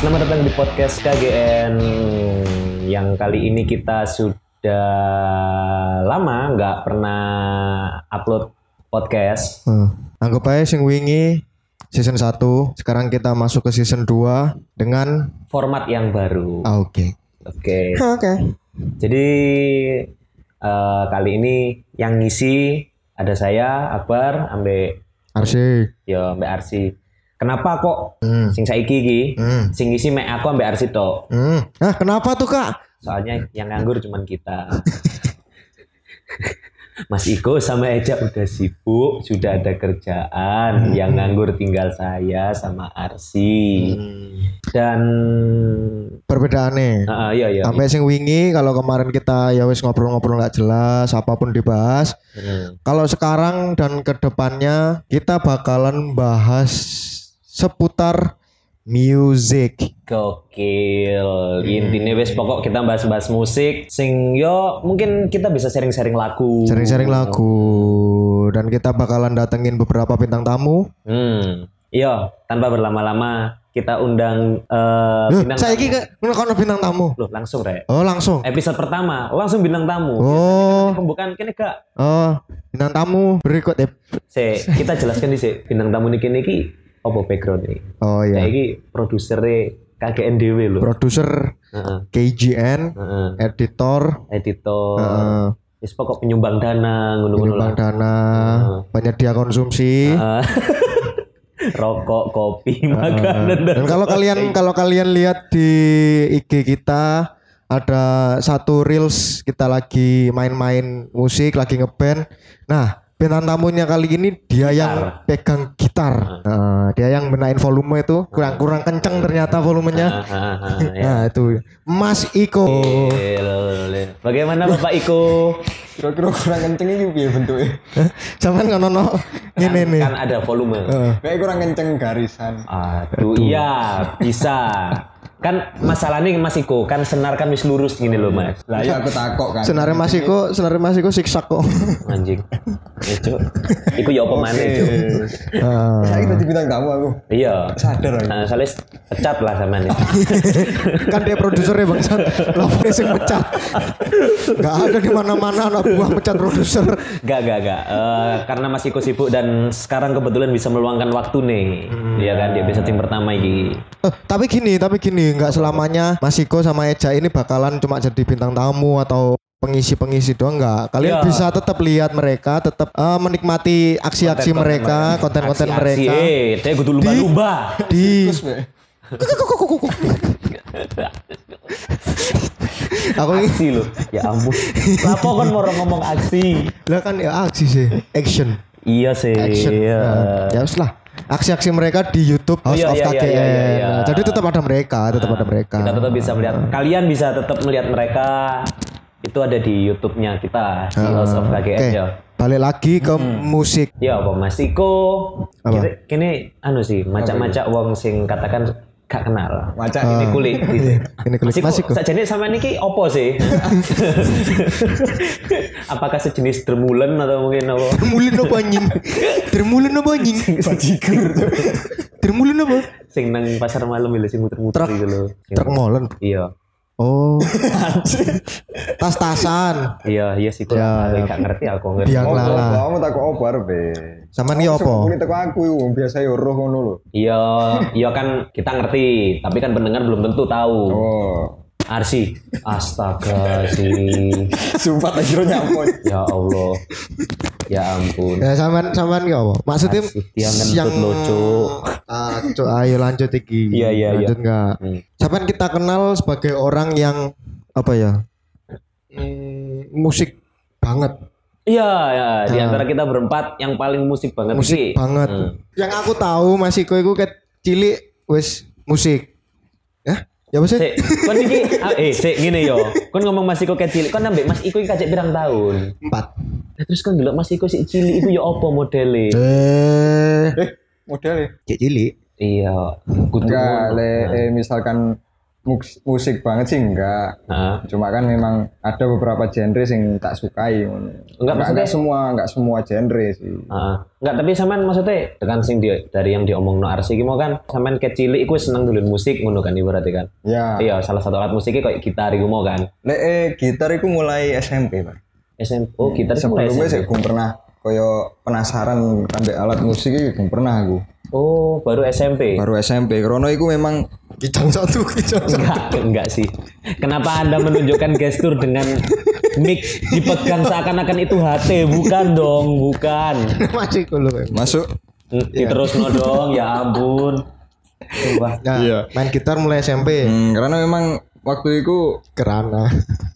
Selamat datang di podcast KGN yang kali ini kita sudah lama nggak pernah upload podcast. Hmm. Anggap aja sing wingi season 1, sekarang kita masuk ke season 2 dengan Format yang baru. Oke. ah, oke. Oke. Jadi eh, kali ini yang ngisi ada saya Akbar ambe Arsik. yo Mbak Arsi. Kenapa kok Hmm. sing saiki iki? Hmm. Sing ngisi mek aku ambek Arsi tok. Hmm. Ah, kenapa tuh, Kak? Soalnya yang nganggur cuman kita. Mas Iko sama Eja udah sibuk, sudah ada kerjaan. Yang nganggur tinggal saya sama Arsi. Hmm. Dan Perbedaannya. Ah, ah, iya iya. Sampai sing wingi kalau kemarin kita ya wis ngobrol-ngobrol nggak jelas, apapun dibahas. Hmm. Kalau sekarang dan kedepannya kita bakalan bahas seputar music. Gokil. Intinya wes pokok kita bahas-bahas musik sing yo mungkin kita bisa sharing-sharing lagu. Hmm. Sering-sering lagu dan kita bakalan datengin beberapa bintang tamu. Hmm. Iya, tanpa berlama-lama kita undang eh bintang Eh, Saya ini ke kono bintang tamu. Loh, langsung Rek. Oh langsung. Episode pertama langsung bintang tamu. Oh, Pembukaan kene gak oh bintang tamu berikut ya. Se, kita jelaskan di se bintang tamu niki niki apa background ini. Oh Saya ya. iki produsernya KGN DW lho. Produser Heeh, KGN, heeh. editor, Editor, eh, wis pokok penyumbang dana ngono-ngono lah. penyumbang dana, penyedia konsumsi. Eh, rokok, kopi, makanan dan Iya. Dan kalau kalian kalau kalian lihat di IG kita ada satu reels kita lagi main-main musik, lagi ngeband. Nah, bintang tamunya kali ini dia yang pegang gitar. Ah. Nah, dia yang benain volume itu kurang kurang kenceng ternyata volumenya. Ah, ah, ah, ya. Nah, itu Mas Iko. Gil. Bagaimana Bapak Iko? Kira-kira kurang kenceng ini Iya, piye bentuknya? Cuman kan ono ngene nih. Kan ada volume. Kayak kurang kenceng garisan. Aduh, iya bisa. Kan masalahnya Mas Iko kan senar kan wis lurus gini loh Mas. Lah iya aku takok kan. Senare Mas Iko, senare Mas Iko siksak kok. Anjing. Ya, Cuk. Iku ya apa Eh, maneh, Iya. Cuk? Nah. Saya kita bintang tamu aku. Iya. Sadar aku. Nah, soalnya pecat lah sama nih. kan dia produsernya bang San laporin sing pecat nggak ada di mana mana anak buah pecat produser Gak, gak, gak. Eh, karena Mas Iko sibuk dan sekarang kebetulan bisa meluangkan waktu nih. Hmm. Iya kan, dia bisa tim pertama iki. Eh, tapi gini tapi gini nggak selamanya Mas Iko sama Eja ini bakalan cuma jadi bintang tamu atau pengisi-pengisi doang nggak Iya. kalian bisa tetap lihat mereka tetap eh, menikmati aksi-aksi mereka konten-konten Aksi-aksi, mereka eh, dia kudu lumba-lumba. di Terus be. aku ini- Aksi loh. Ya ampun. Lapo kan mau ngomong aksi. lah kan ya aksi sih action Iya sih. action Iya. Nah, ya wis lah aksi-aksi mereka di YouTube House Iya, of iya, iya, KKN iya, iya. Nah, jadi tetap ada mereka tetap ada mereka Kita tetap bisa melihat. Kalian bisa tetap melihat mereka itu ada di YouTube-nya kita di House of KGN Ah, Oke, ya. balik lagi ke musik. Ya apa Mas Iko? Kira- Kini anu sih macam-macam wong sing katakan gak kenal. Macak ini kulit gitu. Ah, iya, Ini kulit. Mas Mas Iko, Iko. sajane sama niki opo sih? Apakah sejenis dermulen atau mungkin apa? Termulin apa anjing? Termulin apa anjing? Termulin apa? Sing nang pasar malam lho sing muter-muter Truk. gitu lho. Sing- Truk molen. Iya. Oh. Tas-tasan. Iya, iya sih kurang aku gak ngerti aku ngerti. Biang Oh, lala. kamu takok apa arep? be? Sama ini apa? Ini teko aku wong biasa yo roh ngono lho. Iya, iya kan kita ngerti, tapi kan pendengar belum tentu tahu. Oh. Arsi, astaga sih. Sumpah tak kira nyampun. Ya Allah. Ya ampun. Ya sama sama ini apa? Maksudnya Asih, dia ngentut lo, Cuk. Ah, Cuk, ayo lanjut iki. Iya, iya, iya. Lanjut enggak? Hmm. Sampean kita kenal sebagai orang yang apa ya? Hmm, musik banget. Iya, ya, di antara kita berempat yang paling musik banget sih. Hmm. musik banget. hmm. Yang aku tahu Mas Iko iku ket cilik wis musik. Hah? Ya apa sih? Sik, kon iki ah, eh sik ngene yo. Kon ngomong Mas Iko kecil, kon ambek Mas Iko iki kacek pirang tahun. Empat. Nah, terus kon delok Mas Iko sik cilik iku yo apa modele? Eh, Eh, model ya. cek cilik. Iya, kudu Enggak, le eh, misalkan Mus- musik banget sih enggak. Heeh. Cuma kan memang ada beberapa genre yang tak sukai. ngono. Enggak, maksudnya- semua, enggak semua genre sih. Heeh. Enggak, tapi sampean maksudnya dengan sing di, dari yang diomongno Arsi iki mau kan sampean kecilik iku seneng dulun musik ngono kan ibaratnya kan. Ya, Iya, salah satu alat musiknya kayak gitar iku mau kan. lek eh, gitar iku mulai SMP, Pak. SMP. Oh, gitar iku mulai Sebelumnya SMP. sih gue pernah koyo penasaran sampai alat musik iki gue pernah aku. Oh, baru SMP. Baru SMP, krono iku memang kijang satu kijang satu Enggak, enggak sih. Kenapa Anda menunjukkan gestur dengan mic dipegang seakan-akan itu HT? Bukan dong, bukan. Hmm. masih dulu masuk Hmm, Iya. Diterus no dong, ya ampun. Sumpah. nah, Iya. main gitar mulai SMP Hmm, karena memang waktu itu kerana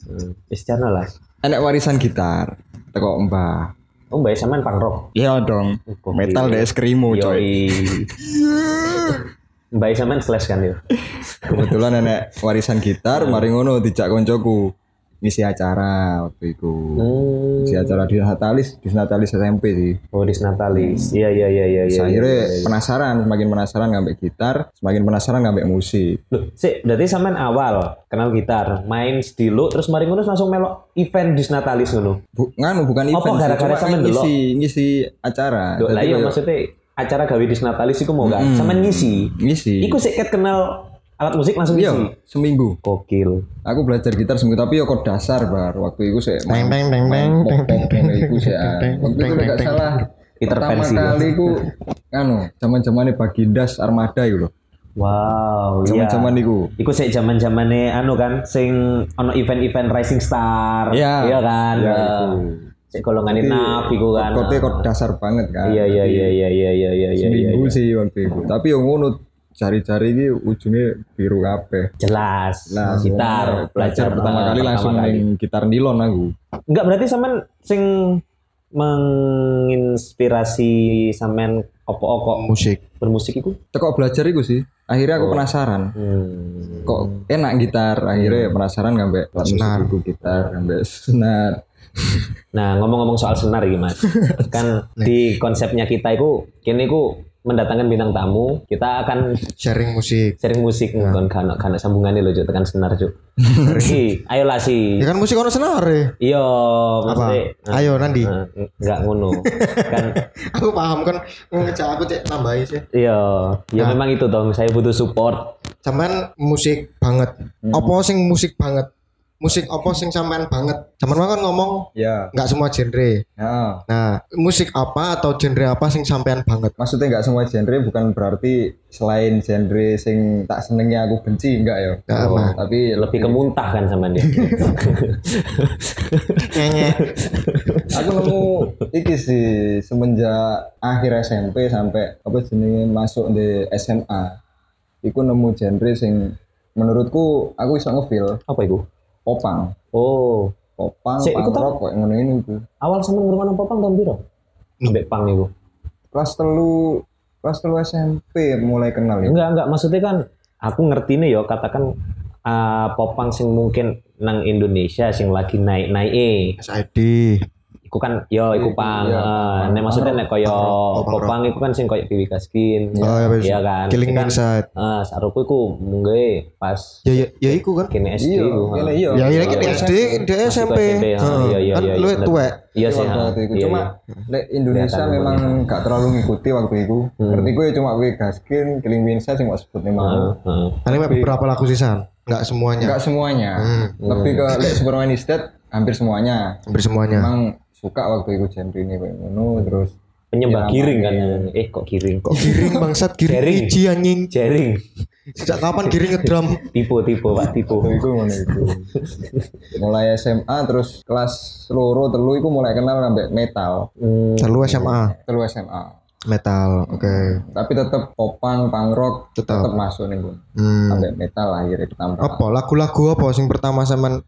Hmm, Istiano lah. enak warisan gitar teko mbah. Oh, Mbak Saman punk rock. Iya dong. Metal deh skrimo Oh, Iya, coy. Yoi. Mbak Saman slash kan yuk. Kebetulan enek warisan Iya. gitar, mari ngono dijak koncoku ngisi acara waktu itu. Hmm. Ngisi acara di Natalis, di Natalis SMP sih. Oh, Disnatalis. Iya, iya, iya, iya. iya. Akhirnya penasaran, semakin penasaran ngambil gitar, semakin penasaran ngambil musik. Loh, sih, berarti sampean awal kenal gitar, main dulu, terus mari ngono langsung melok event Disnatalis dulu. Bu, nganu bukan Apa event sih, gara-gara cuma sampean ngisi ngisi acara. Loh, lah Jadi iya kayak Hmm. maksudnya acara gawe Disnatalis iku mau kan, sampean ngisi. ngisi. Iku sih ket kenal alat musik langsung Iya, ngisi. seminggu. Kokil. Aku belajar gitar seminggu tapi yo kok dasar bar waktu itu saya Teng, teng, teng, teng, teng, teng, itu saya teng, gitu ah. waktu teng, itu nggak teng, salah pertama Intervensi. kali ku anu zaman zamannya Bagindas Armada itu loh Wow, iya. zaman zaman itu Iku sih zaman zamane anu kan, sing ono event-event Rising Star, Iya. iya kan. Iya, Eh, itu. Sik golongan naf iku kan. kok kok dasar banget kan Iya iya iya iya iya iya iya iya. iya. seminggu sih waktu itu tapi yang ngono jari-jari ini ujungnya biru kabeh Jelas. gitar Iya, belajar pertama kali langsung kali. main gitar nilon aku Enggak berarti sampean sing menginspirasi sampean opo kok musik bermusik iku? tekok belajar itu sih akhirnya aku penasaran Hmm. kok enak gitar akhirnya ya penasaran ngambil senar gitar ngambil senar Nah, ngomong-ngomong soal senar iki, Mas. kan di konsepnya kita itu kini iku mendatangkan bintang tamu, kita akan sharing musik sering musik ngkon kan kan sambungannya lho Cuk, tekan senar Cuk. Iki, ayo lah si. ya kan musik ono senar ya Iya, apa maksudnya Hmm. ayo Nandi eh, enggak ngono. kan aku paham kan ngecak aku cek tambahin sih Iya, ya memang itu dong. Saya butuh support. sampean musik banget Hmm. apa sing musik banget musik apa sing sampean banget sampean kan ngomong ya nggak semua genre ya nah musik apa atau genre apa sing sampean banget maksudnya nggak semua genre bukan berarti selain genre sing tak senengnya aku benci enggak ya Nggak, Oh, Mas. tapi lebih Lebih kemuntah kan sama dia. nyenye aku nemu iki sih semenjak akhir SMP sampai apa jenenge masuk di SMA iku nemu genre sing menurutku aku iso ngefeel Apa itu? popang Oh, popang Sik, iku punk tau- rock kok ngono ini iku. awal sama ngurungan apa pang tahun biru? Ambek pang itu. kelas telu kelas telu SMP mulai kenal Iya. ya Enggak, enggak. Maksudnya kan aku ngerti nih yo katakan ah, popang sing mungkin nang Indonesia sing lagi naik naik eh. SID Iku kan yo iku pang. Iya, Eh, pang. nek maksudnya nek koyo Pang rock, pang popang iku kan sing koyo Bibi Gaskin. Oh, iya, wis. Iya kan. killing Kan, inside eh, saruku iku mungkin pas ya ya ya iku kan kini SD iya iku, kene ha. iya ya ya iya, kan iya. SD dia Masuk SMP SMP, ha, Heeh. iya, iya, kan iya, lu bener. tuwek Iya sih. ha. waktu itu Iya, cuma iya. lek Indonesia Kelihatan ya. Hmm. memang gak terlalu ngikuti waktu itu ngerti gue cuma gue gaskin killing winsa sih mau sebut nih mau Heeh. paling beberapa lagu sisan nggak Hmm. semuanya nggak semuanya Hmm. tapi ke lek Superman is Dead hampir semuanya hampir Hmm. semuanya emang suka waktu itu genre ini kayak ngono terus penyembah Iya, giring kan eh kok giring kok giring bangsat Giring. giring iji anjing jaring sejak kapan giring ngedrum tipe tipe pak tipe waktu itu ngono itu mulai SMA terus kelas loro telu itu mulai kenal sampai metal hmm, lalu SMA telu SMA metal oke tapi tetap popang, punk rock Tetep. tetap masuk nih gue Hmm. sampai metal akhirnya ditambah apa lagu-lagu apa sing pertama sampean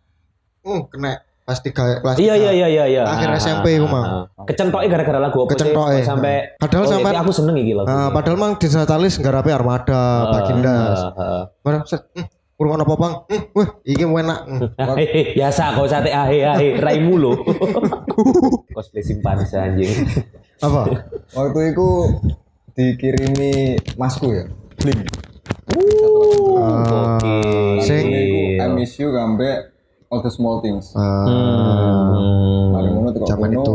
hmm, kena kelas tiga kelas iya tiga. iya iya iya iya Akhir SMP ku, Mang. kecentoknya ah. gara-gara lagu apa sih? Kecentoknya. Kok sampai Padahal oh, sampai- iki aku seneng iki lagu Nah, padahal mang di Natalis garape Ah. Armada, Bagindas. Mana set, hmm, kurang apa bang? Hmm, wah, iki enak. Hmm. Hehehe, biasa kau sate ahe ahe raimu lo cosplay simpanse anjing Apa? Oh, waktu itu dikirimi masku ya Ah, oke Sing- Lagunya iku I miss you sampai all the small things. Ah, Hmm. Mari ngono teko zaman kono, itu.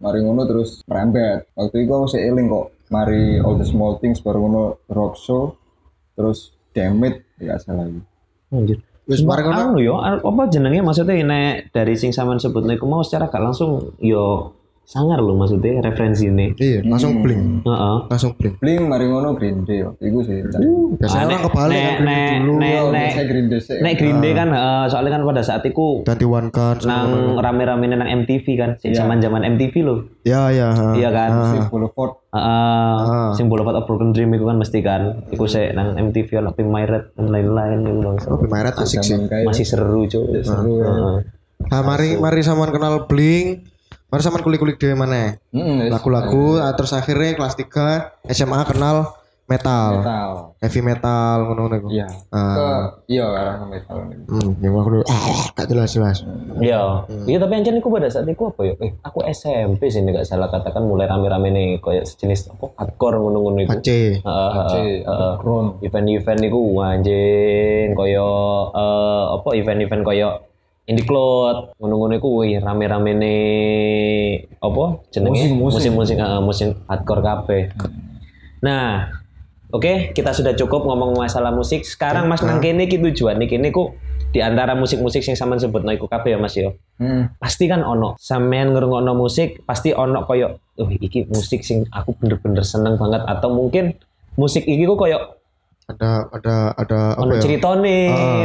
Mari ngono terus merembet. Waktu itu aku sik eling kok. Mari Hmm. all the small things baru ngono rock show terus Demit ya salah lagi. Anjir. Wis mari ngono. Anu yo, anu- apa jenenge maksudnya nek dari sing sampean sebut niku mau secara gak langsung yo sangar lho maksudnya referensine. Iya, langsung bling, Heeh. langsung bling. Blink mari ngono Green Day waktu itu sih. Biasanya Ah, orang nek- kebalik nek- kan Green Day nek- dulu. nek- Yo, nek- saya Green Day sih. Nek Green Ah. Day kan eh, soalnya kan pada saat itu Ganti Nah. one card. nang rame-rame nang MTV kan, sing zaman-zaman MTV loh. Ya ya. ah. Iya kan? Si Boulevard Heeh. Sing Boulevard of Broken Dream itu kan mesti kan. Iku sik nang MTV ono Pink My Red dan lain-lain iku lho. Oh, Bimaret asik sih. zaman kayak Masih seru, Cuk. Iya. Seru. ya. Nah, mari mari sampean kenal bling. Mari sampean kulik-kulik dhewe maneh. Heeh, wis Lagu-lagu Iya. ah, terus akhirnya kelas 3 SMA kenal metal. metal. Heavy metal ngono-ngono iku. Iya. Ke iya arah ke metal ini. Hmm, yang aku dulu ah, gak jelas jelas. Iya. Iya tapi anjir niku pada saat niku apa ya? Eh, aku SMP sih nggak salah katakan mulai rame-rame nih kayak sejenis apa hardcore ngono-ngono itu. C. Heeh. Cek, eh, ground. event-event niku wah, anjing kaya eh, apa event-event kaya Indie Cloud ngono-ngono iku wih rame-rame ne apa jenenge Musim-musim. musim-musim eh, musim hardcore kabeh. Nah, oke kita sudah cukup ngomong masalah musik. Sekarang Mas nang kene iki tujuan iki niku di antara musik-musik yang sampean sebut iku kabeh ya Mas yo. Hmm. Pasti kan ono sampean ngrungokno musik, pasti ono koyo oh iki musik sing aku bener-bener seneng banget atau mungkin musik iki ku koyo Ada ada ada apa ono ya? ceritane,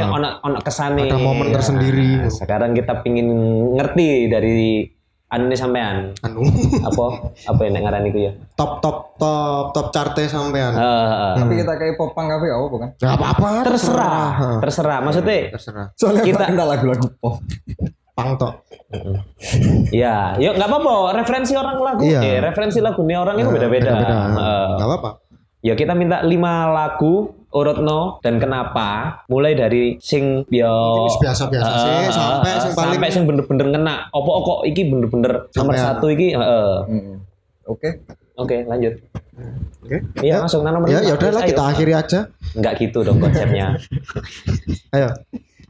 ono ono kesane. Ada momen tersendiri. Nah, sekarang kita pingin ngerti dari anu nih sampean Anu apa apa yang ngarani ku ya. top top top top charte sampean. Heeh. Tapi kita kayak pop punk apa ya, apa bukan? Gak apa-apa. terserah, Nah. terserah. Maksudnya Terserah. Soalnya Kita- kita kenal lagu-lagu pop. Pang tok. Ya, yuk nggak apa-apa. Referensi orang lagu, Iya. Nah, eh, referensi lagunya orang itu beda-beda. Ah. Beda-beda. Heeh. Gak apa-apa. ya kita minta lima lagu urutno dan kenapa. Mulai dari sing yo Ini biasa-biasa sih Heeh, sampai heeh, yang paling sampai sing bener-bener ngena. Opo kok iki bener-bener nomor Sampean. satu iki. heeh. Hmm. Oke. Oke, lanjut. Oke. Iya, langsung nah, nomor Ya lima. ya udahlah Ayo. kita akhiri aja. Nggak gitu dong konsepnya. Ayo.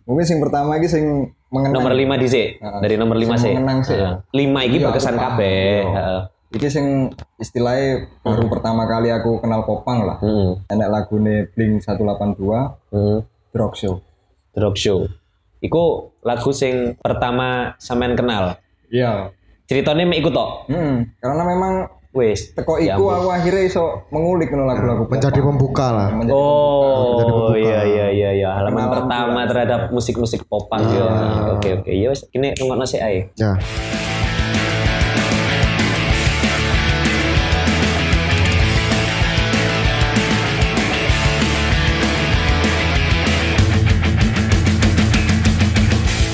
Mungkin sing pertama iki sing mengenang. nomor lima di sih. gitu. Heeh. Dari nomor lima Sing sih. mengenang sih. Heeh. Lima iki Iya, berkesan aku paham. kabeh. Iya. Heeh. Iki sing istilahnya baru pertama kali aku kenal popang lah. Heeh. Enak lagune Blink 182 Heeh. Drog Show. hmm. Drop Show. Iku lagu sing pertama sampean kenal. Iya. Ceritanya mek iku tok. Hmm. Karena memang Wis. teko Ya iku ampun. aku akhirnya iso mengulik no lagu-lagu pop. Menjadi pembuka lah. Jadi Menjadi- Oh, pembuka. iya iya iya iya. Halaman Kenalan pertama pula. terhadap musik-musik popang ya. Iya. Oke oke. Ya wis, kene rungokno sik ae. Ya.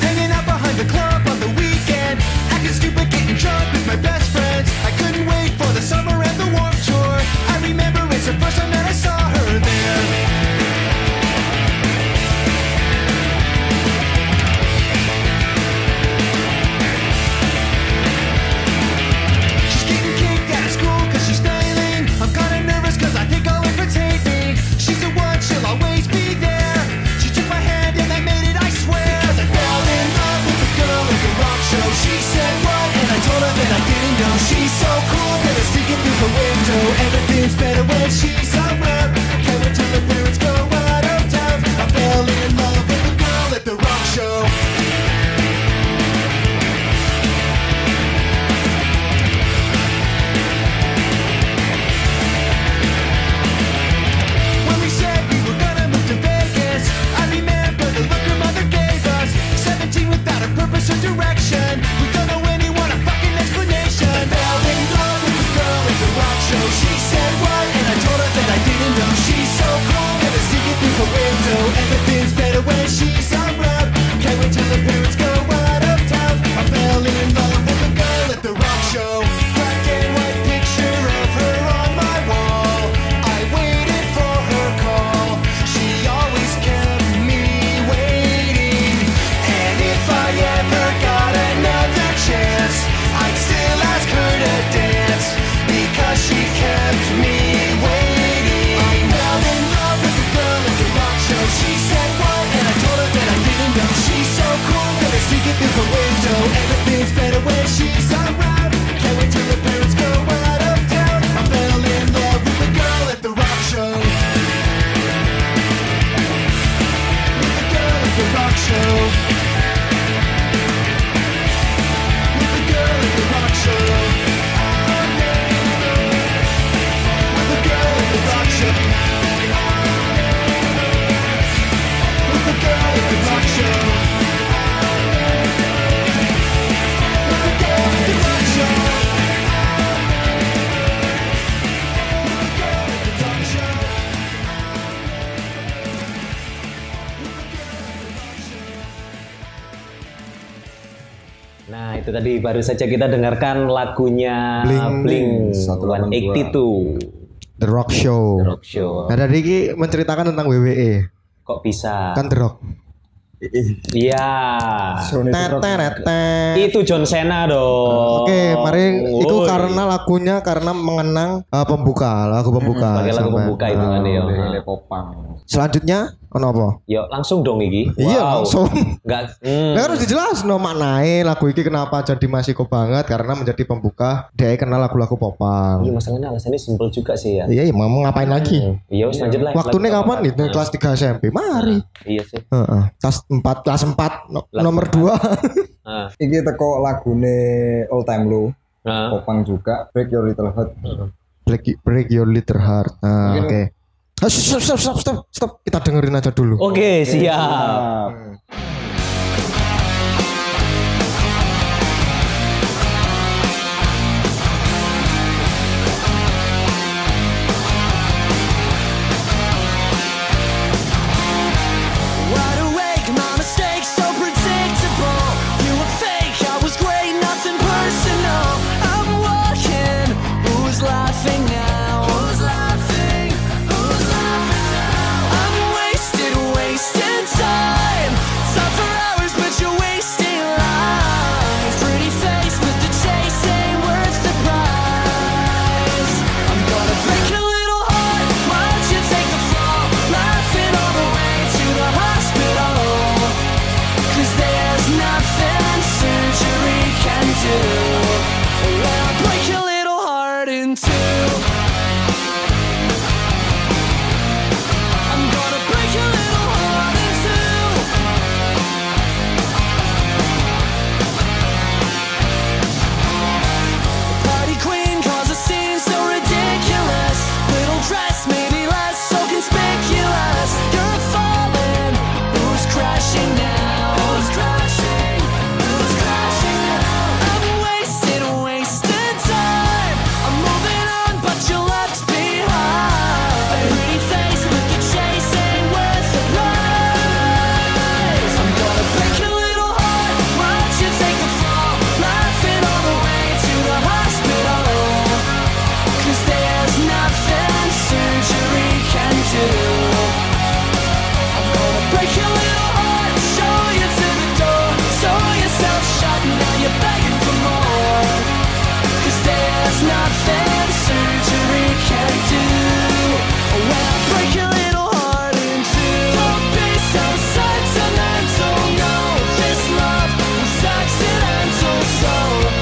Hanging out behind the club on the weekend. Acting stupid, getting drunk with my best friends. I couldn't wait for the summer and the warm tour. I remember it's the first time that I saw her there. She's getting kicked out of school cause she's failing. I'm kinda nervous cause I think all her friends hate me. She's the one, she'll always be there. She took my hand and I made it, I swear. Cause I fell in love with a girl at the rock show. She said what? And I told her that I didn't know. She's so cool that it's sneaking through the window. Everything's better when she's around. Can't wait till her parents go out of town. I fell in love with a girl at the rock show. When we said we were gonna move to Vegas, I remember the look her mother gave us. Seventeen without a purpose or direction. We don't know anyone a fucking explanation. I fell in love with the girl at the rock show. She said what, and I told her that Nah, tadi baru saja kita dengarkan lagunya Blink. Blink, 182. 182 The Rock Show. The Rock Show. Nah dari ini menceritakan tentang WWE Kok bisa? kan The Rock. Iya. Tetet, tetet. Itu John Cena dong. Oke, mari itu Woi. karena lagunya karena mengenang eh, pembuka, lagu pembuka. Sebagai Hmm, lagu Sampai- pembuka itu kan ya. Lele popang. Selanjutnya ono apa? Yo, langsung dong iki. Iya, Wow. langsung. Nggak- hmm. Nah, harus dijelas no maknae lagu ini kenapa jadi masiko banget karena menjadi pembuka dia kenal lagu-lagu popang. Iya, masalahnya alasannya simpel juga sih ya. Iya, iya, mau ngapain lagi? Iya, wes lanjut lah. Waktunya Lanjut, kapan Pak. nih? Kelas 3 SMP. Mari. Iya sih. Heeh. Kelas 4, kelas 4 nomor 2. Nah, Iki teko lagune All Time Low, nah. Oh. Popang juga, Break Your Little Heart. break, break your little heart. Nah, oke. Ah, Stop, stop, stop, stop, stop. Kita dengerin aja dulu. Oke, siap. Ah, Wide awake, my mistakes so predictable. You were fake, I was great, nothing personal. I'm walking. Who's laughing now? Who's laughing? Who's laughing now? I'm wasted, wasting time. Time for hours, but you're wasting lives. Pretty face, but the chase ain't worth the price. I'm gonna break a little heart, watch you take the fall, laughing all the way to the hospital. 'Cause there's nothing surgery can do. When I break your little heart in two. I'm gonna break your little heart in two. Party queen cause a scene so ridiculous. Little dress, maybe less so conspicuous. You're falling. Who's crashing now? Who's crashing? Who's crashing now? I'm wasted, wasted time. I'm moving on, but you're left behind. A pretty face with the chase ain't worth the price. I'm gonna break your little heart. Watch you take the fall, laughing all the way to the hospital. 'Cause there's nothing surgery can do. I'm gonna break your little heart, show you to the door, sew yourself shut, now you're begging for more. 'Cause there's nothing surgery can do. When I break your little heart in two, don't be so sentimental. No, this love was accidental. So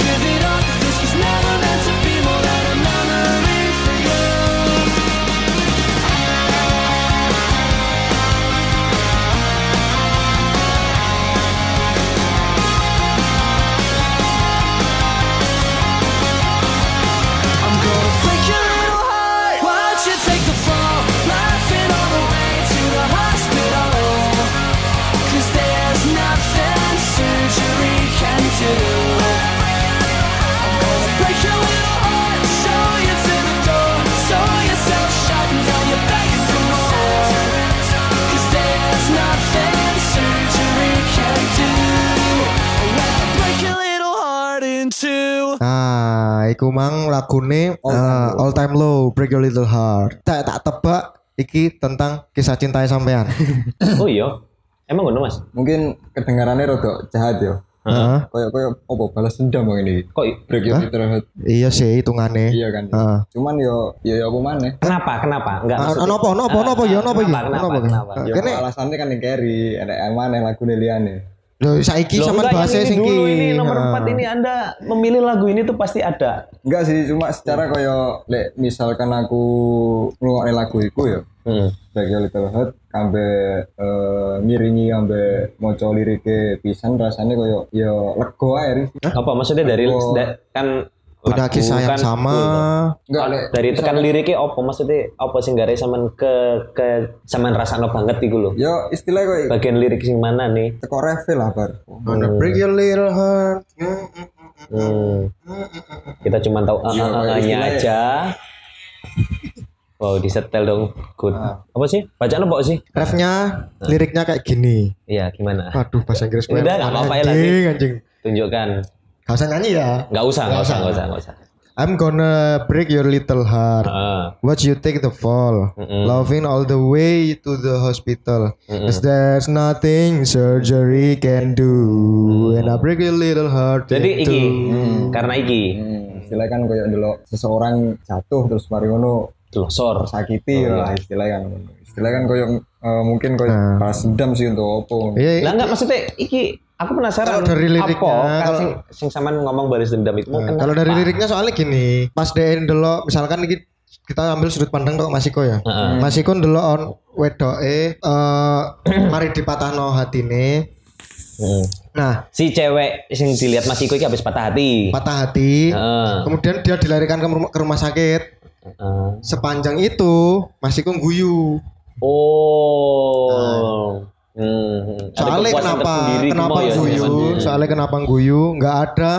give it up. This was never meant to be more than a memory for you. I'm gonna break your little heart. Watch you take the fall, laughing all the way to the hospital. 'Cause there's nothing surgery can do. I'm gonna break your little heart, show you to the door, sew yourself shut, and now you're begging for more. 'Cause there's nothing surgery can do. When I break your little heart in two. Nah, iku mang lagune eh, all, time low, break your little heart. Tak tak tebak iki tentang kisah cinta sampean. Oh iya. Emang ngono, Mas? mungkin kedengarannya rada jahat ya. Heeh. Kayak kayak apa balas dendam ini. Kok Break Your Little Heart. Iya sih hitungane. Iya kan. Heeh. Cuman yo yo yo apa maneh? kenapa? Kenapa? Enggak Ah, maksudnya- nopo nopo Ah, nopo ya nopo ya. Kenapa? Kenapa? Kenapa? Ah, Yo Kene alasannya kan yang carry, ada yang mana lagune liyane. lho saiki Loh, sampean enggak, yang bahasa ini sing Ah. ki. dulu ini nomor Heeh. 4 ini Anda memilih lagu ini tuh pasti ada. Enggak sih, cuma secara koyo lek misalkan aku ngrungokne lagu iku ya. Hmm. Break Your Little Heart kambe eh, ngiringi kambe maca lirike pisan rasanya koyo yo lega ae. Riz. Apa maksudnya dari Aku- da- kan Punya lagu Oh. kisah yang kan sama. full. Enggak lek Ah, dari tekan liriknya apa maksudnya apa sing gare sampean ke ke sampean rasakno banget iku lho. yo istilah koyo Bagian lirik sing mana nih? teko refill lah bar. Gonna break your little heart. Mm-mm. Hmm. Kita cuma tahu ah, a Iya, kayak nya istilahnya. aja. Wow, disetel dong. Good. Ah. Apa sih? Bacaan apa sih? Refnya, Nah. liriknya kayak gini. Iya, gimana? Waduh bahasa Inggris Udah, nggak apa-apa ya, Anjing, anjing. Tunjukkan. Gak usah nyanyi ya. Nggak usah, nggak usah, nggak usah, nggak usah. Ah. I'm gonna break your little heart. Heeh. Watch you take the fall, loving all the way to the hospital. 'Cause there's nothing surgery can do, and I break your little heart. Jadi in iki, two. karena iki, Hmm, istilahnya kan kayak dulu seseorang jatuh terus mariono glosor. Oh, sakiti iya. lah istilahnya kan istilahnya kan kayak eh, mungkin kayak Hmm. balas dendam sih untuk opo Iya, Lah enggak maksudnya iki aku penasaran Kalau dari liriknya, apa kan kalau- Hmm, sing, sing sampean ngomong baris dendam itu mau kenapa? Kalau dari liriknya soalnya gini, pas dhewe ndelok misalkan iki kita ambil sudut pandang kok Masiko ya. Masiko ndelok on wedoke eh mari dipatahno hatine. Heeh. Nah, Si cewek sing dilihat Mas Iko iki habis patah hati. patah hati. Heeh. Kemudian dia dilarikan ke rumah, ke rumah sakit. Heeh. Sepanjang itu Masiko guyu. Oh. Hmm. Ada Nah. Soalnya kepuasan kenapa tersendiri kenapa kemau ya, guyu? zaman dulu. Soalnya kenapa guyu? Nggak ada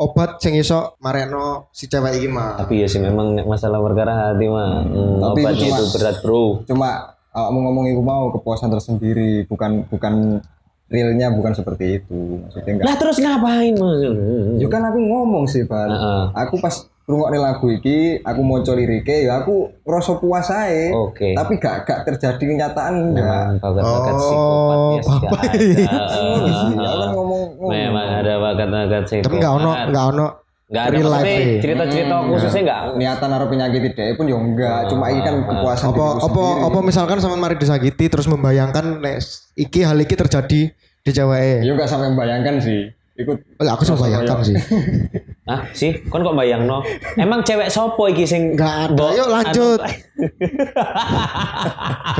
obat sing iso mareno si cewek iki mah. Tapi ya sih memang nek masalah perkara hati mah. Hmm, Tapi itu obatnya cuma- itu berat, Bro. cuma awakmu ngomong iku mau kepuasan tersendiri bukan bukan realnya bukan seperti itu maksudnya enggak Lah terus ngapain? Mas? Hmm. Ya kan aku ngomong sih, Pak. Heeh. Aku pas rungokne lagu iki, aku maca lirike ya aku rasa puas ae. Oke. Nah. Tapi gak gak terjadi kenyataan enggak. Memang bakat-bakat Oh, psikopatnya sudah Bapak. iya. ada. Ya kan ngomong ngomong. ya, Memang ada bakat-bakat psikopat. Tapi nggak ono nggak ono Nggak ada Real maksudnya life-nya. Hmm. cerita-cerita khususnya nggak. Niatan arep penyakit dhek pun ya enggak, cuma iki kan kepuasan apa diriku apa sendiri. apa misalkan sama mari disakiti terus membayangkan nek iki hal iki terjadi di Jawa Ya enggak sampai membayangkan sih. Ikut aku sama bayangkan sih Hah, sih? Kon kok bayang no? Emang cewek sopo iki sing nggak ada Mbok- anu? yuk lanjut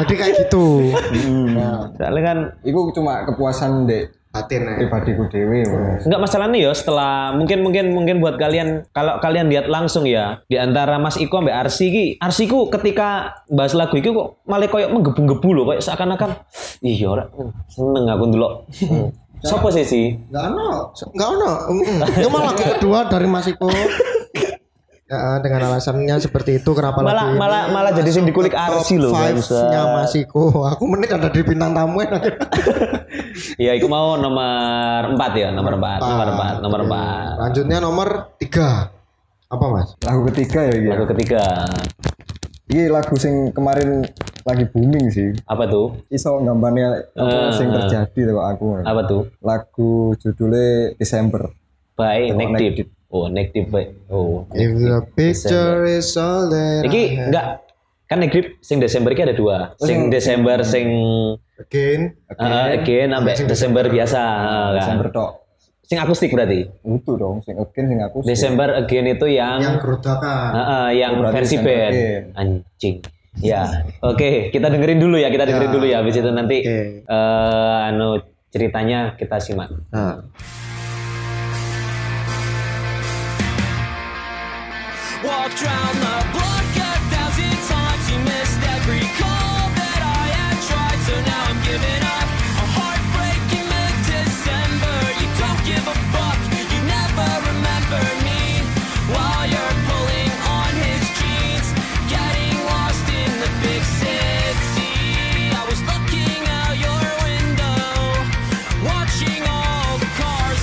jadi kayak gitu Soalnya kan nah, iku cuma kepuasan dek batin eh. ya. pribadiku dhewe. Mas. Enggak masalahnya ya setelah mungkin mungkin mungkin buat kalian kalau kalian lihat langsung ya di antara Mas Iko ambek Arsi ki Arsi ku ketika bahas lagu iki kok malah koyok menggebu-gebu loh kayak seakan-akan iya ora seneng aku ndelok. Hmm. Sopo sih sih? nggak ono nggak ono cuma lagu kedua dari Masiko Ya, dengan alasannya seperti itu kenapa Malah- lagu ini malah- malah jadi sing masuk dikulik ke Arsi loh, top vibes-nya bangsat. Masiko aku menit ada di bintang tamu ya. Iya, iku mau nomor 4 ya, nomor 4, nomor 4, nomor lanjutnya nomor tiga apa mas Lagu ketiga ya iki. 4. Lagu ketiga. Iki lagu sing kemarin lagi booming sih. Apa tuh? Iso gambarnya apa sing terjadi tuh aku. Apa tuh? lagu judulnya Desember. By Tengok Negative. Oh, Negative by. Oh. If the picture is all that I Iki enggak kan Negative sing Desember iki ada dua. Sing Desember sing again, uh, again ambek Desember biasa ah, kan. Desember tok. Sing akustik berarti. Itu dong, sing again sing aku. Desember again itu yang yang kerudakan. ah, ah, yang berarti versi Desember band. again. Anjing. Ya, oke, kita dengerin dulu ya, kita dengerin dulu ya. Habis itu nanti Oke. eh, anu ceritanya kita simak. Nah, Walked round the block a thousand times. You missed every call that I had tried. So now I'm giving up. A heartbreak in mid December. You don't give a fuck. You never remember me. While you're pulling on his jeans, getting lost in the big city. I was looking out your window, watching all the cars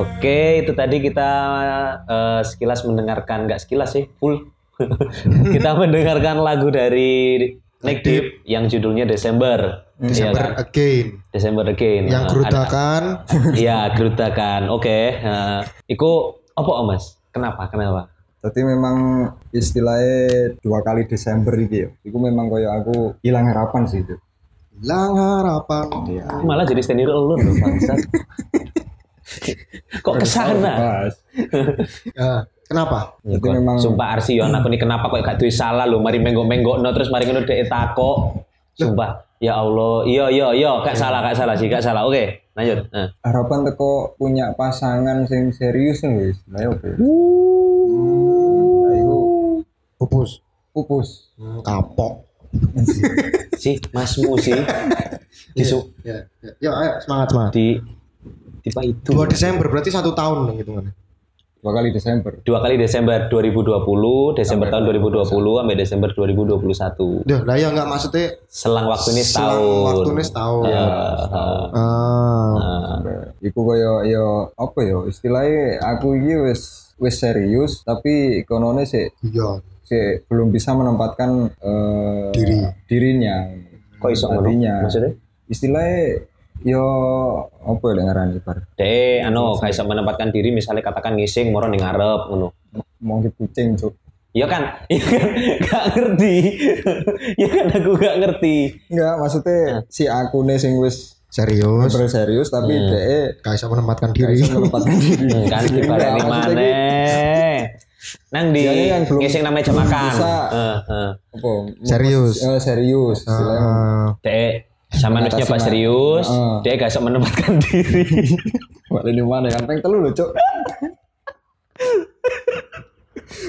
Oke, itu tadi kita eh, sekilas mendengarkan, nggak sekilas sih, full. kita mendengarkan lagu dari Nick Deep yang judulnya Desember. Iya Hmm, Desember kan? again Desember Again. Eh, yang ada- gerutakan Iya, gerutakan. Oke. eh, iku apa Om, Mas? Kenapa? Kenapa? Jadi memang istilahnya dua kali Desember iki ya. Iku memang koyo aku hilang harapan sih itu. hilang harapan Malah jadi senior lu loh, bangsat. Kok Ah. kesana? Pas. Ya, kenapa Jadi memang Iya kan? Sumpah Arsi yo anakku nih kenapa kok gak duwe salah lho, mari menggok-menggokno terus mari ngono dhek takok. Sumpah, ya Allah, iya iya iya, gak salah, gak salah sih, gak salah. Oke, lanjut. Eh. harapan teko punya pasangan sing serius nih wis. Lah yo. Iku pupus pupus. Hmm, kapok Si masmu sih Disu- ya, ya, ya, ayo semangat semangat di tipe itu. 2 Desember berarti satu tahun dong gitu kan. hitungannya Dua kali Desember. Dua kali Desember 2020, Desember tahun 2020 sampai Desember 2021. Duh, lah ya nggak maksudnya Selang waktunya setahun. selang waktunya setahun Ya, Ah, Iku koyo yo apa yo istilahnya aku iki wis wis serius tapi konone sih guyon. sih belum bisa menempatkan eh, Diri. dirinya. Kok iso ngono? Dirinya. Maksudnya? istilahnya yo apa ya dengaran ibar Deh, anu kayak iso menempatkan diri misalnya katakan ngising moro ning ngarep ngono. mau di kucing cuk Iya kan? Iya kan? Gak ngerti. Iya kan aku gak ngerti. enggak maksudnya si aku nih sing wis serius bener serius tapi hmm. deh gak bisa menempatkan diri menempatkan diri Kan dibaleni maneh. Nang di gitu. Iya, iya, yang belum- ngising namanya jam belum makan. bisa. Heeh, heeh. apa Serius. Eh, serius istilahnya. Ah, Dek sama nulis Mengatasi nyoba ma- serius, Heeh. dek gak iso menempatkan diri. Balik di mana kan peng telu lho cuk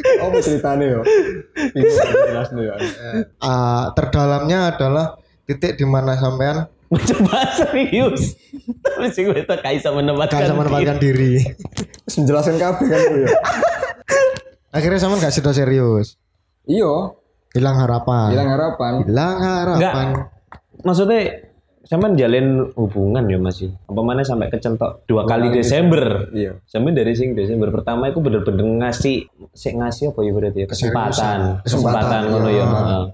apa ceritanya yo Bingung aku jelasnya ya ah, terdalamnya adalah titik di mana sampean mencoba serius tapi sih gue itu kaisa menempatkan gak bisa menempatkan diri terus menjelaskan kabeh kan aku ya akhirnya sampean gak sudah serius iya hilang harapan hilang harapan hilang harapan diri. maksudnya sampean jalin hubungan ya mas ya? apa mana sampai kecentok dua kali Desember iya sampean dari sing Desember pertama itu bener-bener ngasih sik ngasih apa ya berarti ya kesempatan Keseriusan. kesempatan Kesempatan, ngono ya. ya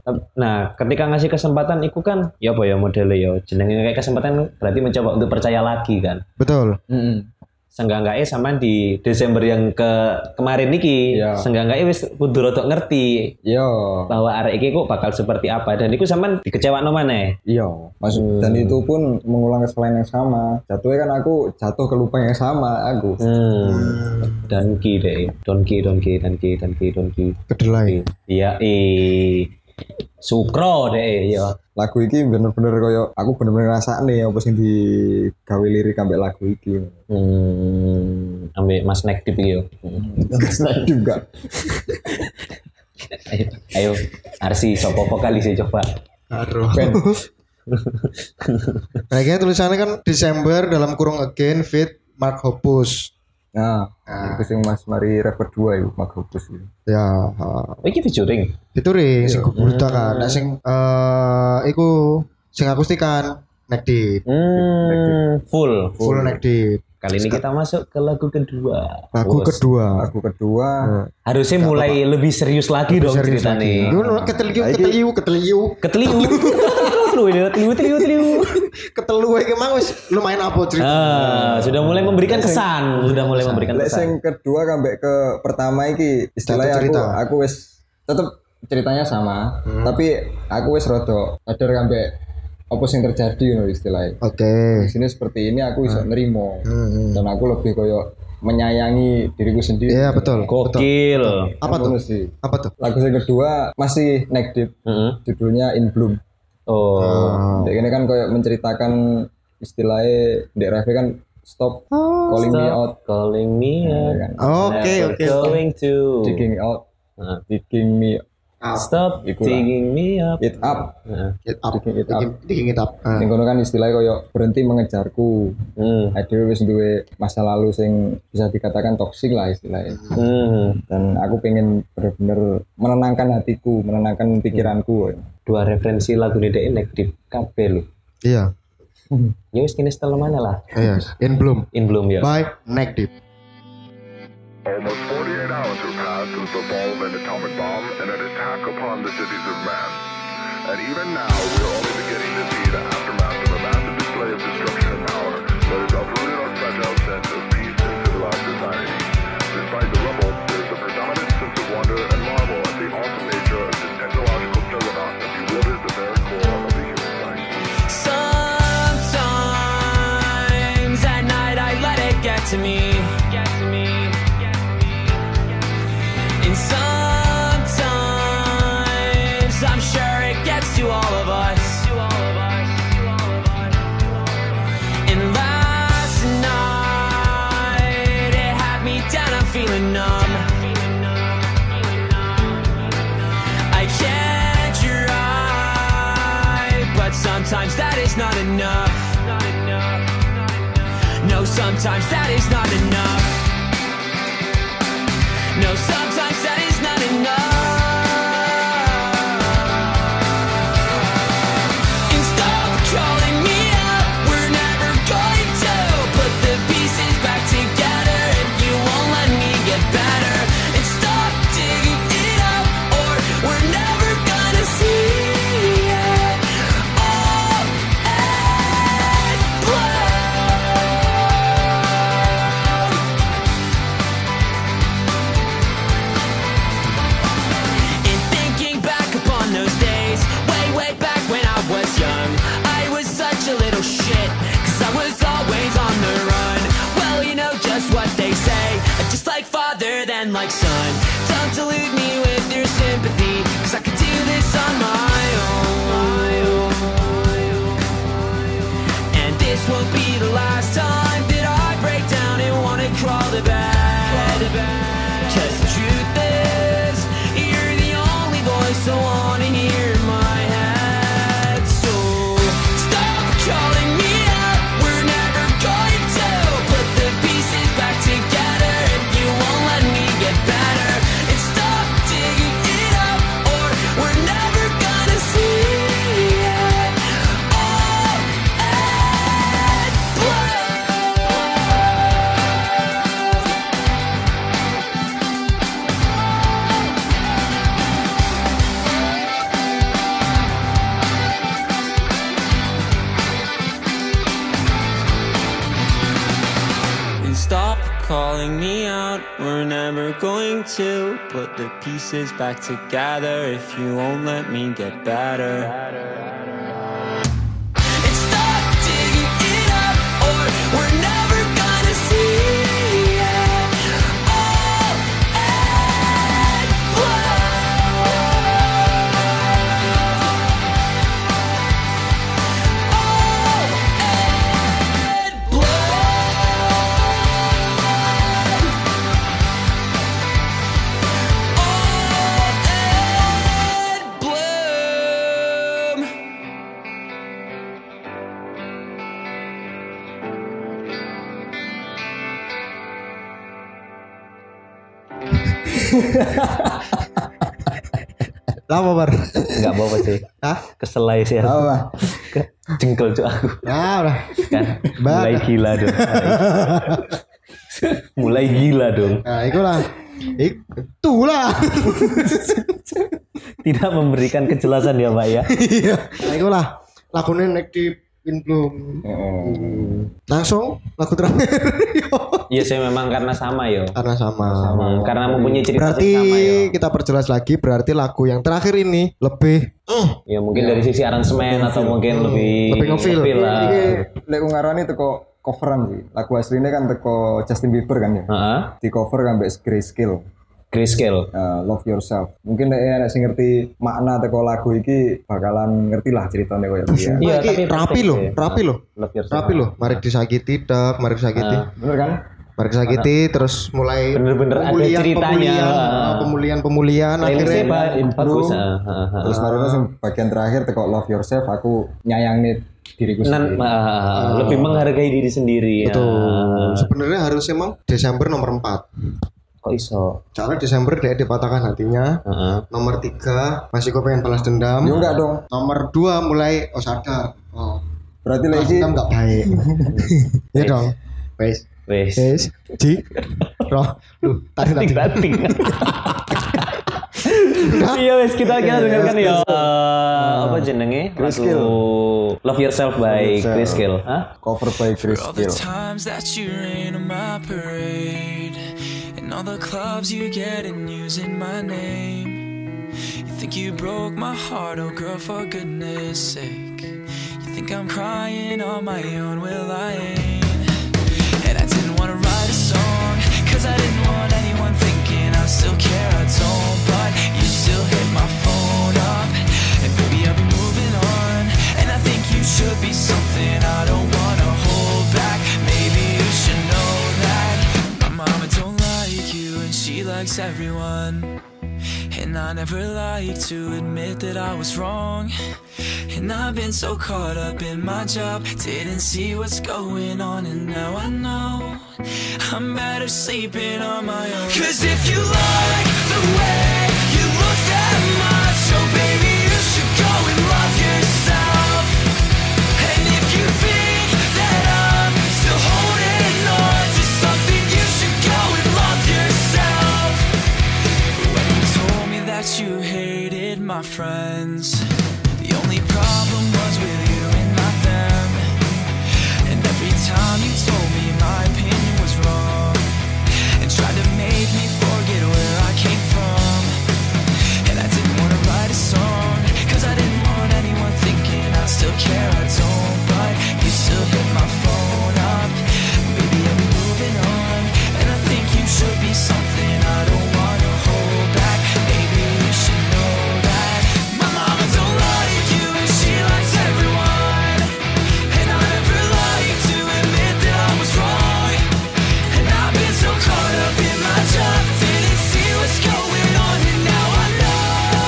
Heeh. nah ketika ngasih kesempatan itu kan ya apa ya modelnya ya jenenge kayak kesempatan berarti mencoba untuk percaya lagi kan betul Mm-mm. sengganggaknya sama di Desember yang ke kemarin niki Iya. sengganggaknya wis kudu rodok ngerti iya bahwa arek iki kok bakal seperti apa dan iku sampean dikecewakno maneh. Iya, Hmm. maksud dan itu pun mengulang kesalahan yang sama. Jatuhnya kan aku jatuh ke lubang yang sama aku. Hmm. Donki Hmm. deh. Donki donki donki donki donki. kedelai Iya eh Sukro deh ya. Lagu iki bener-bener koyo aku bener-bener ngerasa nih apa sing digawe lirik ambek lagu iki. Hmm, ambil Mas Nek Dip iki yo. Sedih enggak? Ayo, ayo Arsi sapa vokalis ya coba. aduh Kayaknya tulisannya kan Desember dalam kurung again fit Mark Hoppus Nah, Ah. itu sing Mas Mari rap kedua itu Mak Hopus itu. ya ah. Iki Oh, featuring. itu ring sing Iya. guguruta kan nah sing eh iku sing akustikan neck deep Hmm, full. full neck deep Kali ini kita masuk ke lagu kedua. lagu Bos. kedua Lagu kedua, Ah, Harusnya mulai lebih serius lagi dong cerita nih. Yo no keteliu nah, keteliu keteliu Keteliu. Keteliu, keteliu, keteliu, keteliu. ketelu iki mang wis lumayan apa cerita Ah, sudah mulai memberikan kesan, sudah mulai memberikan lek kesan. sing kedua sampai ke pertama iki Jatuh istilahnya aku cerita. Hmm. aku wis tetep ceritanya sama, tapi aku wis rada sadar sampai apa sing terjadi ngono istilahnya. oke di sini seperti ini aku bisa nerimo Ah. Hmm, dan aku lebih koyo menyayangi diriku sendiri iya betul betul Kokil. apa tuh Ngono sih. apa tuh lagu yang kedua masih neck deep Heeh. Hmm. judulnya in bloom Oh, Dek ini kan koyo menceritakan istilahnya Dek Raffi kan stop calling me out calling me up. kan oke Never oke Nah, Going to digging out Heeh. digging me stop Iku lah. digging me up. it up Heeh. Get up Digging it up. Digging- digging it up Ah. yang kono kan istilahnya koyo berhenti mengejarku Hmm. aduh wis duwe masa lalu sing bisa dikatakan toksik lah istilahnya Hmm. dan aku pengen bener-bener menenangkan hatiku, menenangkan pikiranku. Dua referensi lagu ini deh negatif kabeh lho. iya Ya wis kene setel mana lah. iya in bloom In belum ya. by neck deep Almost 48 hours have passed since the fall of an atomic bomb and an attack upon the cities of man. And even now, we are only beginning to see the aftermath of a massive display of destruction and power that has uprooted our fragile sense of peace and civilized society. Despite the rubble, there is a predominant sense of wonder and marvel at the awesome nature of this technological juggernaut that bewilders the very core of the human psyche. Sometimes at night I let it get to me. And sometimes I'm sure it gets to all of us. And last night it had me down, I'm feeling numb. I can't drive, but sometimes that is not enough. No, sometimes that is not enough. No, sometimes that is not enough. And stop calling me up. We're never going to put the pieces back together if you won't let me get better. And stop digging it up, or we're never gonna see it all at play. And thinking back upon those days, way, way back when I was young, I was such a little shit, cause I was always on the run. Well, you know just what they say, I'm just like father, then like son. Don't delude me with your sympathy, cause I could do this on my own. And this won't be the last time that I break down and wanna crawl to bed. Cause the truth is, you're the only voice I wanna hear in my head. So stop calling me up, we're never going to put the pieces back together if you won't let me get better. And stop digging it up, or we're never gonna see it all at play. and stop calling me out. We're never going to put the pieces back together if you won't let me get better. And stop digging it up, or we're never gonna see it all at play. All at play. All at bloom. Lama bar. Enggak apa-apa sih. Hah? Kesel aja sih. aku. Apa? Ke- Jengkel cuk aku. Nah, udah. Kan Bang. mulai gila dong. mulai gila dong. Nah, ikulah. Ik- Itulah. Tidak memberikan kejelasan ya, Pak ya. Iya. Nah, ikulah. Lagunya nek di pin belum. Langsung lagu terakhir. Iya, saya memang karena sama yo. Karena sama. Hmm, karena mempunyai cerita Berarti yang sama ya. yo. kita perjelas lagi berarti lagu yang terakhir ini lebih Ya mungkin dari sisi aransemen atau mungkin lebih Iya, Hmm. Lebih ngefeel. Iya, lah. Iki lek ku ngarani teko coveran sih. Lagu aslinya kan teko Justin Bieber kan ya. Heeh. Di cover kan mbek Grayscale. Grayscale. Uh, love yourself. Mungkin lek enek sing ngerti makna teko lagu iki bakalan ngerti lah ceritanya koyo ya. Iya, piye. Wah, iki tapi rapi penting loh, sih. rapi loh. Love yourself. Rapi loh. gitu. Mari disakiti, dak, mari disakiti. Bener kan? Mari disakiti terus mulai Ah. Bener-bener ada pemulihan, ceritanya. Pemulihan, Ah. pemulihan, pemulihan akhirnya Playlistnya ba- bagus. ah. Heeh, heeh, heeh. Terus baru sing bagian terakhir teko love yourself aku nyayangi diriku Nan- sendiri. ah, ah, ah, lebih menghargai diri sendiri. ya. Betul. Sebenarnya harus emang Desember nomor 4. Kok iso? Soalnya Desember dia dipatahkan hatinya. Heeh. Nomor 3 masih kok pengen balas dendam. Yo enggak dong. Nomor 2 mulai oh sadar. Oh, Berarti lek balas iki dendam enggak baik. Iya dong. Ya Wes. Wes. Yes. Ji. Roh. Lu, tadi tadi. Ting-ting. Iya wes kita kita dengarkan ya. Eh, apa jenenge? Chris Lagu Love Yourself by Yourself. Chris Kill. Hah? cover by Chris all the Gill times that you rain on my parade and all the clubs you get in using my name you think you broke my heart oh girl for goodness sake you think i'm crying on my own well i ain't and i didn't want to write a song cause i didn't want anyone thinking i still care i don't but you still hit my phone up and baby i'll be moving on and i think you should be something i don't wanna hold back maybe you should know that my mama don't like you and she likes everyone and I never like to admit that I was wrong. And I've been so caught up in my job, didn't see what's going on, and now I know I'm better sleeping on my own. Cause if you like the way you look that much, oh baby, you should go and love yourself. And if you think that I'm still holding on to something, you should go and love yourself. When you told me that you hated my friends, the only problem was with you and not them. And every time you told me my opinion was wrong, and tried to make me forget where I came from. And I didn't wanna write a song, cause I didn't want anyone thinking I still care, I don't, but you still hit my phone up. Baby, I'm moving on, and I think you should be something I don't wanna hold back. Maybe you should know that my mama don't like you, and she likes everyone. And I never like to admit that I was wrong. And I've been so caught up in my job, didn't see what's going on, and now I know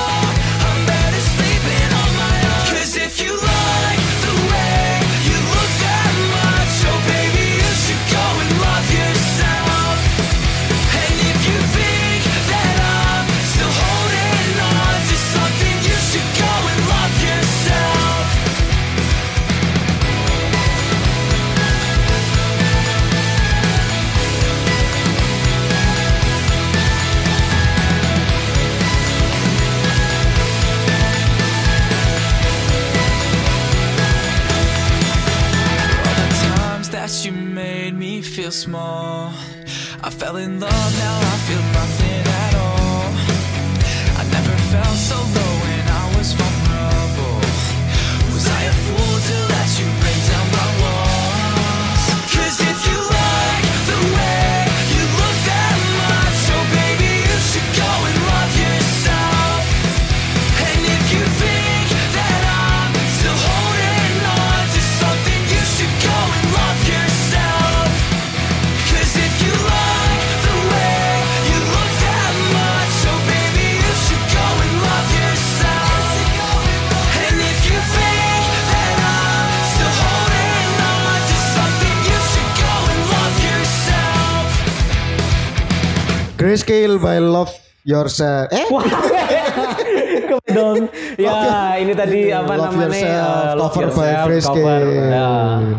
I'm better sleeping on my own. 'Cause if you like the way you look that much, oh baby, you should go and love yourself. And if you think that I'm still holding on to something, you should go and love yourself. the times that you made me feel small. I fell in love, now I feel nothing at all. I never felt so low when I was vulnerable. Was I a fool to let you break down my walls? 'Cause if you like the way you look that much, oh baby, you should go and love yourself. And if you think that I'm still holding on to something, you should go and love yourself. 'Cause if you like the way you look that much, oh baby, you should go and love yourself. And if you think that I'm still holding on to something, you should go and love yourself. Chris Kill by Love Yourself. Eh, Wah. Dong. Ya, ini tadi apa Love namanya? Yourself, eh, Love cover by Yourself, Grace cover, Gill. ya,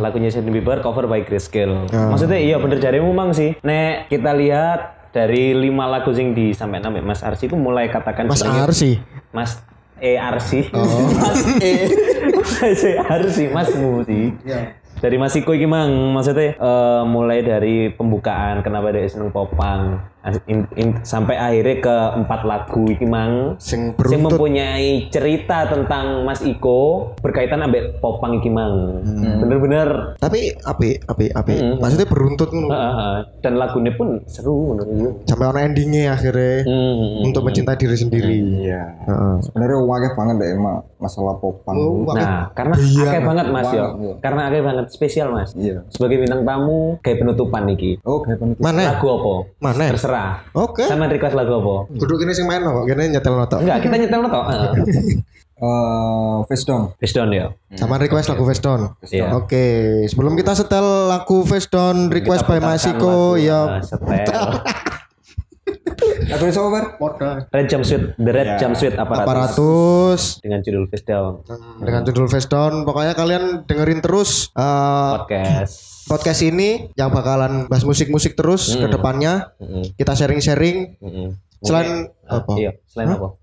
lagunya Justin Bieber cover by Chris Gill. Ya. Maksudnya iya bener jarimu mang sih. Nek kita lihat dari lima lagu sing disampaikan sampai Mas Arsi itu mulai katakan Mas jenenge- Arsi. Oh. Mas ERC. Mas E. Mas ERC, Mas Mu sih. Ya. Dari Mas Iko iki mang, maksudnya eh, mulai dari pembukaan kenapa dia seneng popang as- in- in- sampai akhirnya ke empat lagu iki mang yang Sing beruntut. mempunyai cerita tentang Mas Iko berkaitan ambek popang iki mang. Hmm. Bener-bener Tapi api, api, api. Hmm, Maksudnya beruntut ngono. heeh, dan lagunya pun seru menurut sampai ono endingnya akhirnya Hmm, untuk mencintai diri sendiri. iya Heeh. sebenarnya wakil banget deh ma- masalah popang Oh, wah. Nah, karena Iya, akeh banget Mas banget, yo. iya. Karena akeh banget spesial Mas. Iya. Sebagai bintang tamu kayak penutupan iki. oh kayak penutup Mana? Lagu apa? Mana? Terserah. Oke. Sama request lagu apa? Duduk ini sing main kok, kene nyetel notok. Enggak, kita nyetel lo toh. Heeh. Eh, face down Face down ya. Sama request lagu Hmm, face down. Iya. Oke, sebelum kita setel lagu Nah, face down request Kita by iya. ya, putarkan Masiko lagu, ya eh, setel. Lagu ini siapa, Bar? Modal. Red Jumpsuit, The Red Jumpsuit aparatus. Iya. Aparatus dengan judul Face Down dengan judul Face Down. Pokoknya kalian dengerin terus eh, podcast. podcast ini yang bakalan bahas musik-musik terus ke depannya. Kita sharing-sharing. Mm-mm. Selain apa? Iya, selain apa?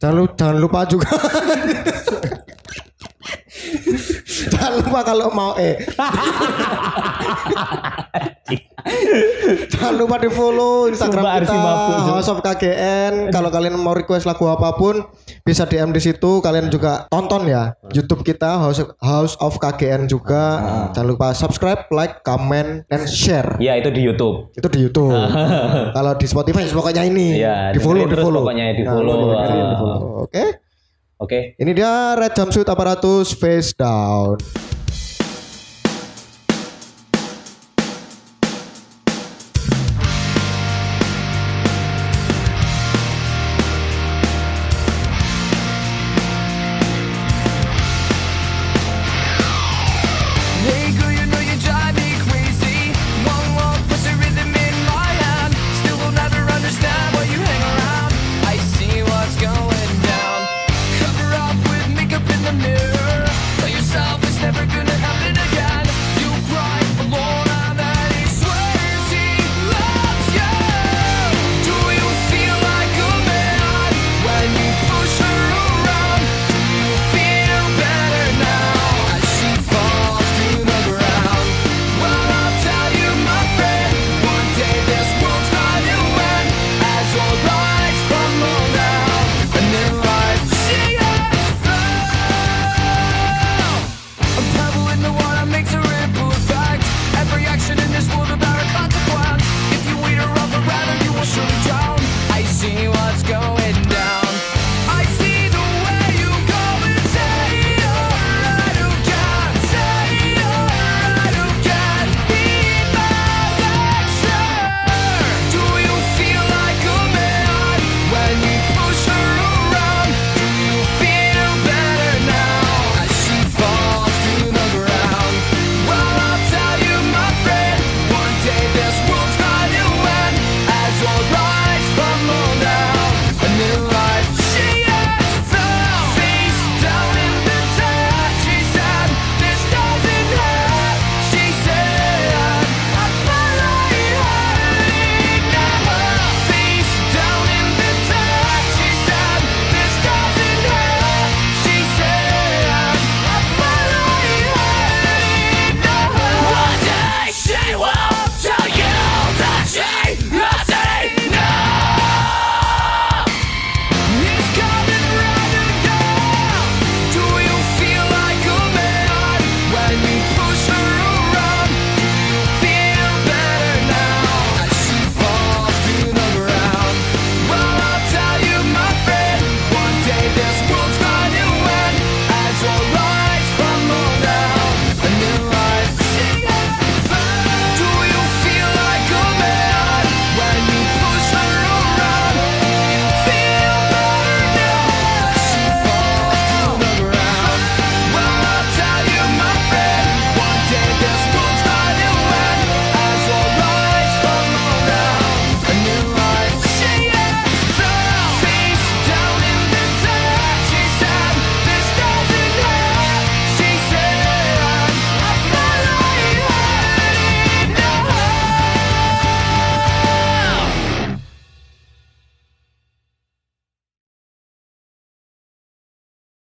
Jangan, lu- jangan lupa juga. jangan lupa kalau mau eh. jangan lupa di follow Instagram Sumpah, Arsi kita mabuk, Jun. House of KGN. Kalau kalian mau request lagu apapun bisa DM di situ. Kalian juga tonton ya YouTube kita House of, House of KGN juga. Ah. Jangan lupa subscribe, like, comment, dan share. Ya, itu di YouTube. Itu di YouTube. Kalau di Spotify pokoknya Ah. ini Iya, di follow, dengerin di terus follow. pokoknya, di Nah, follow. dengerin, di Ah. follow. Oke. Oke. Ini dia Red Jumpsuit Aparatus Face Down.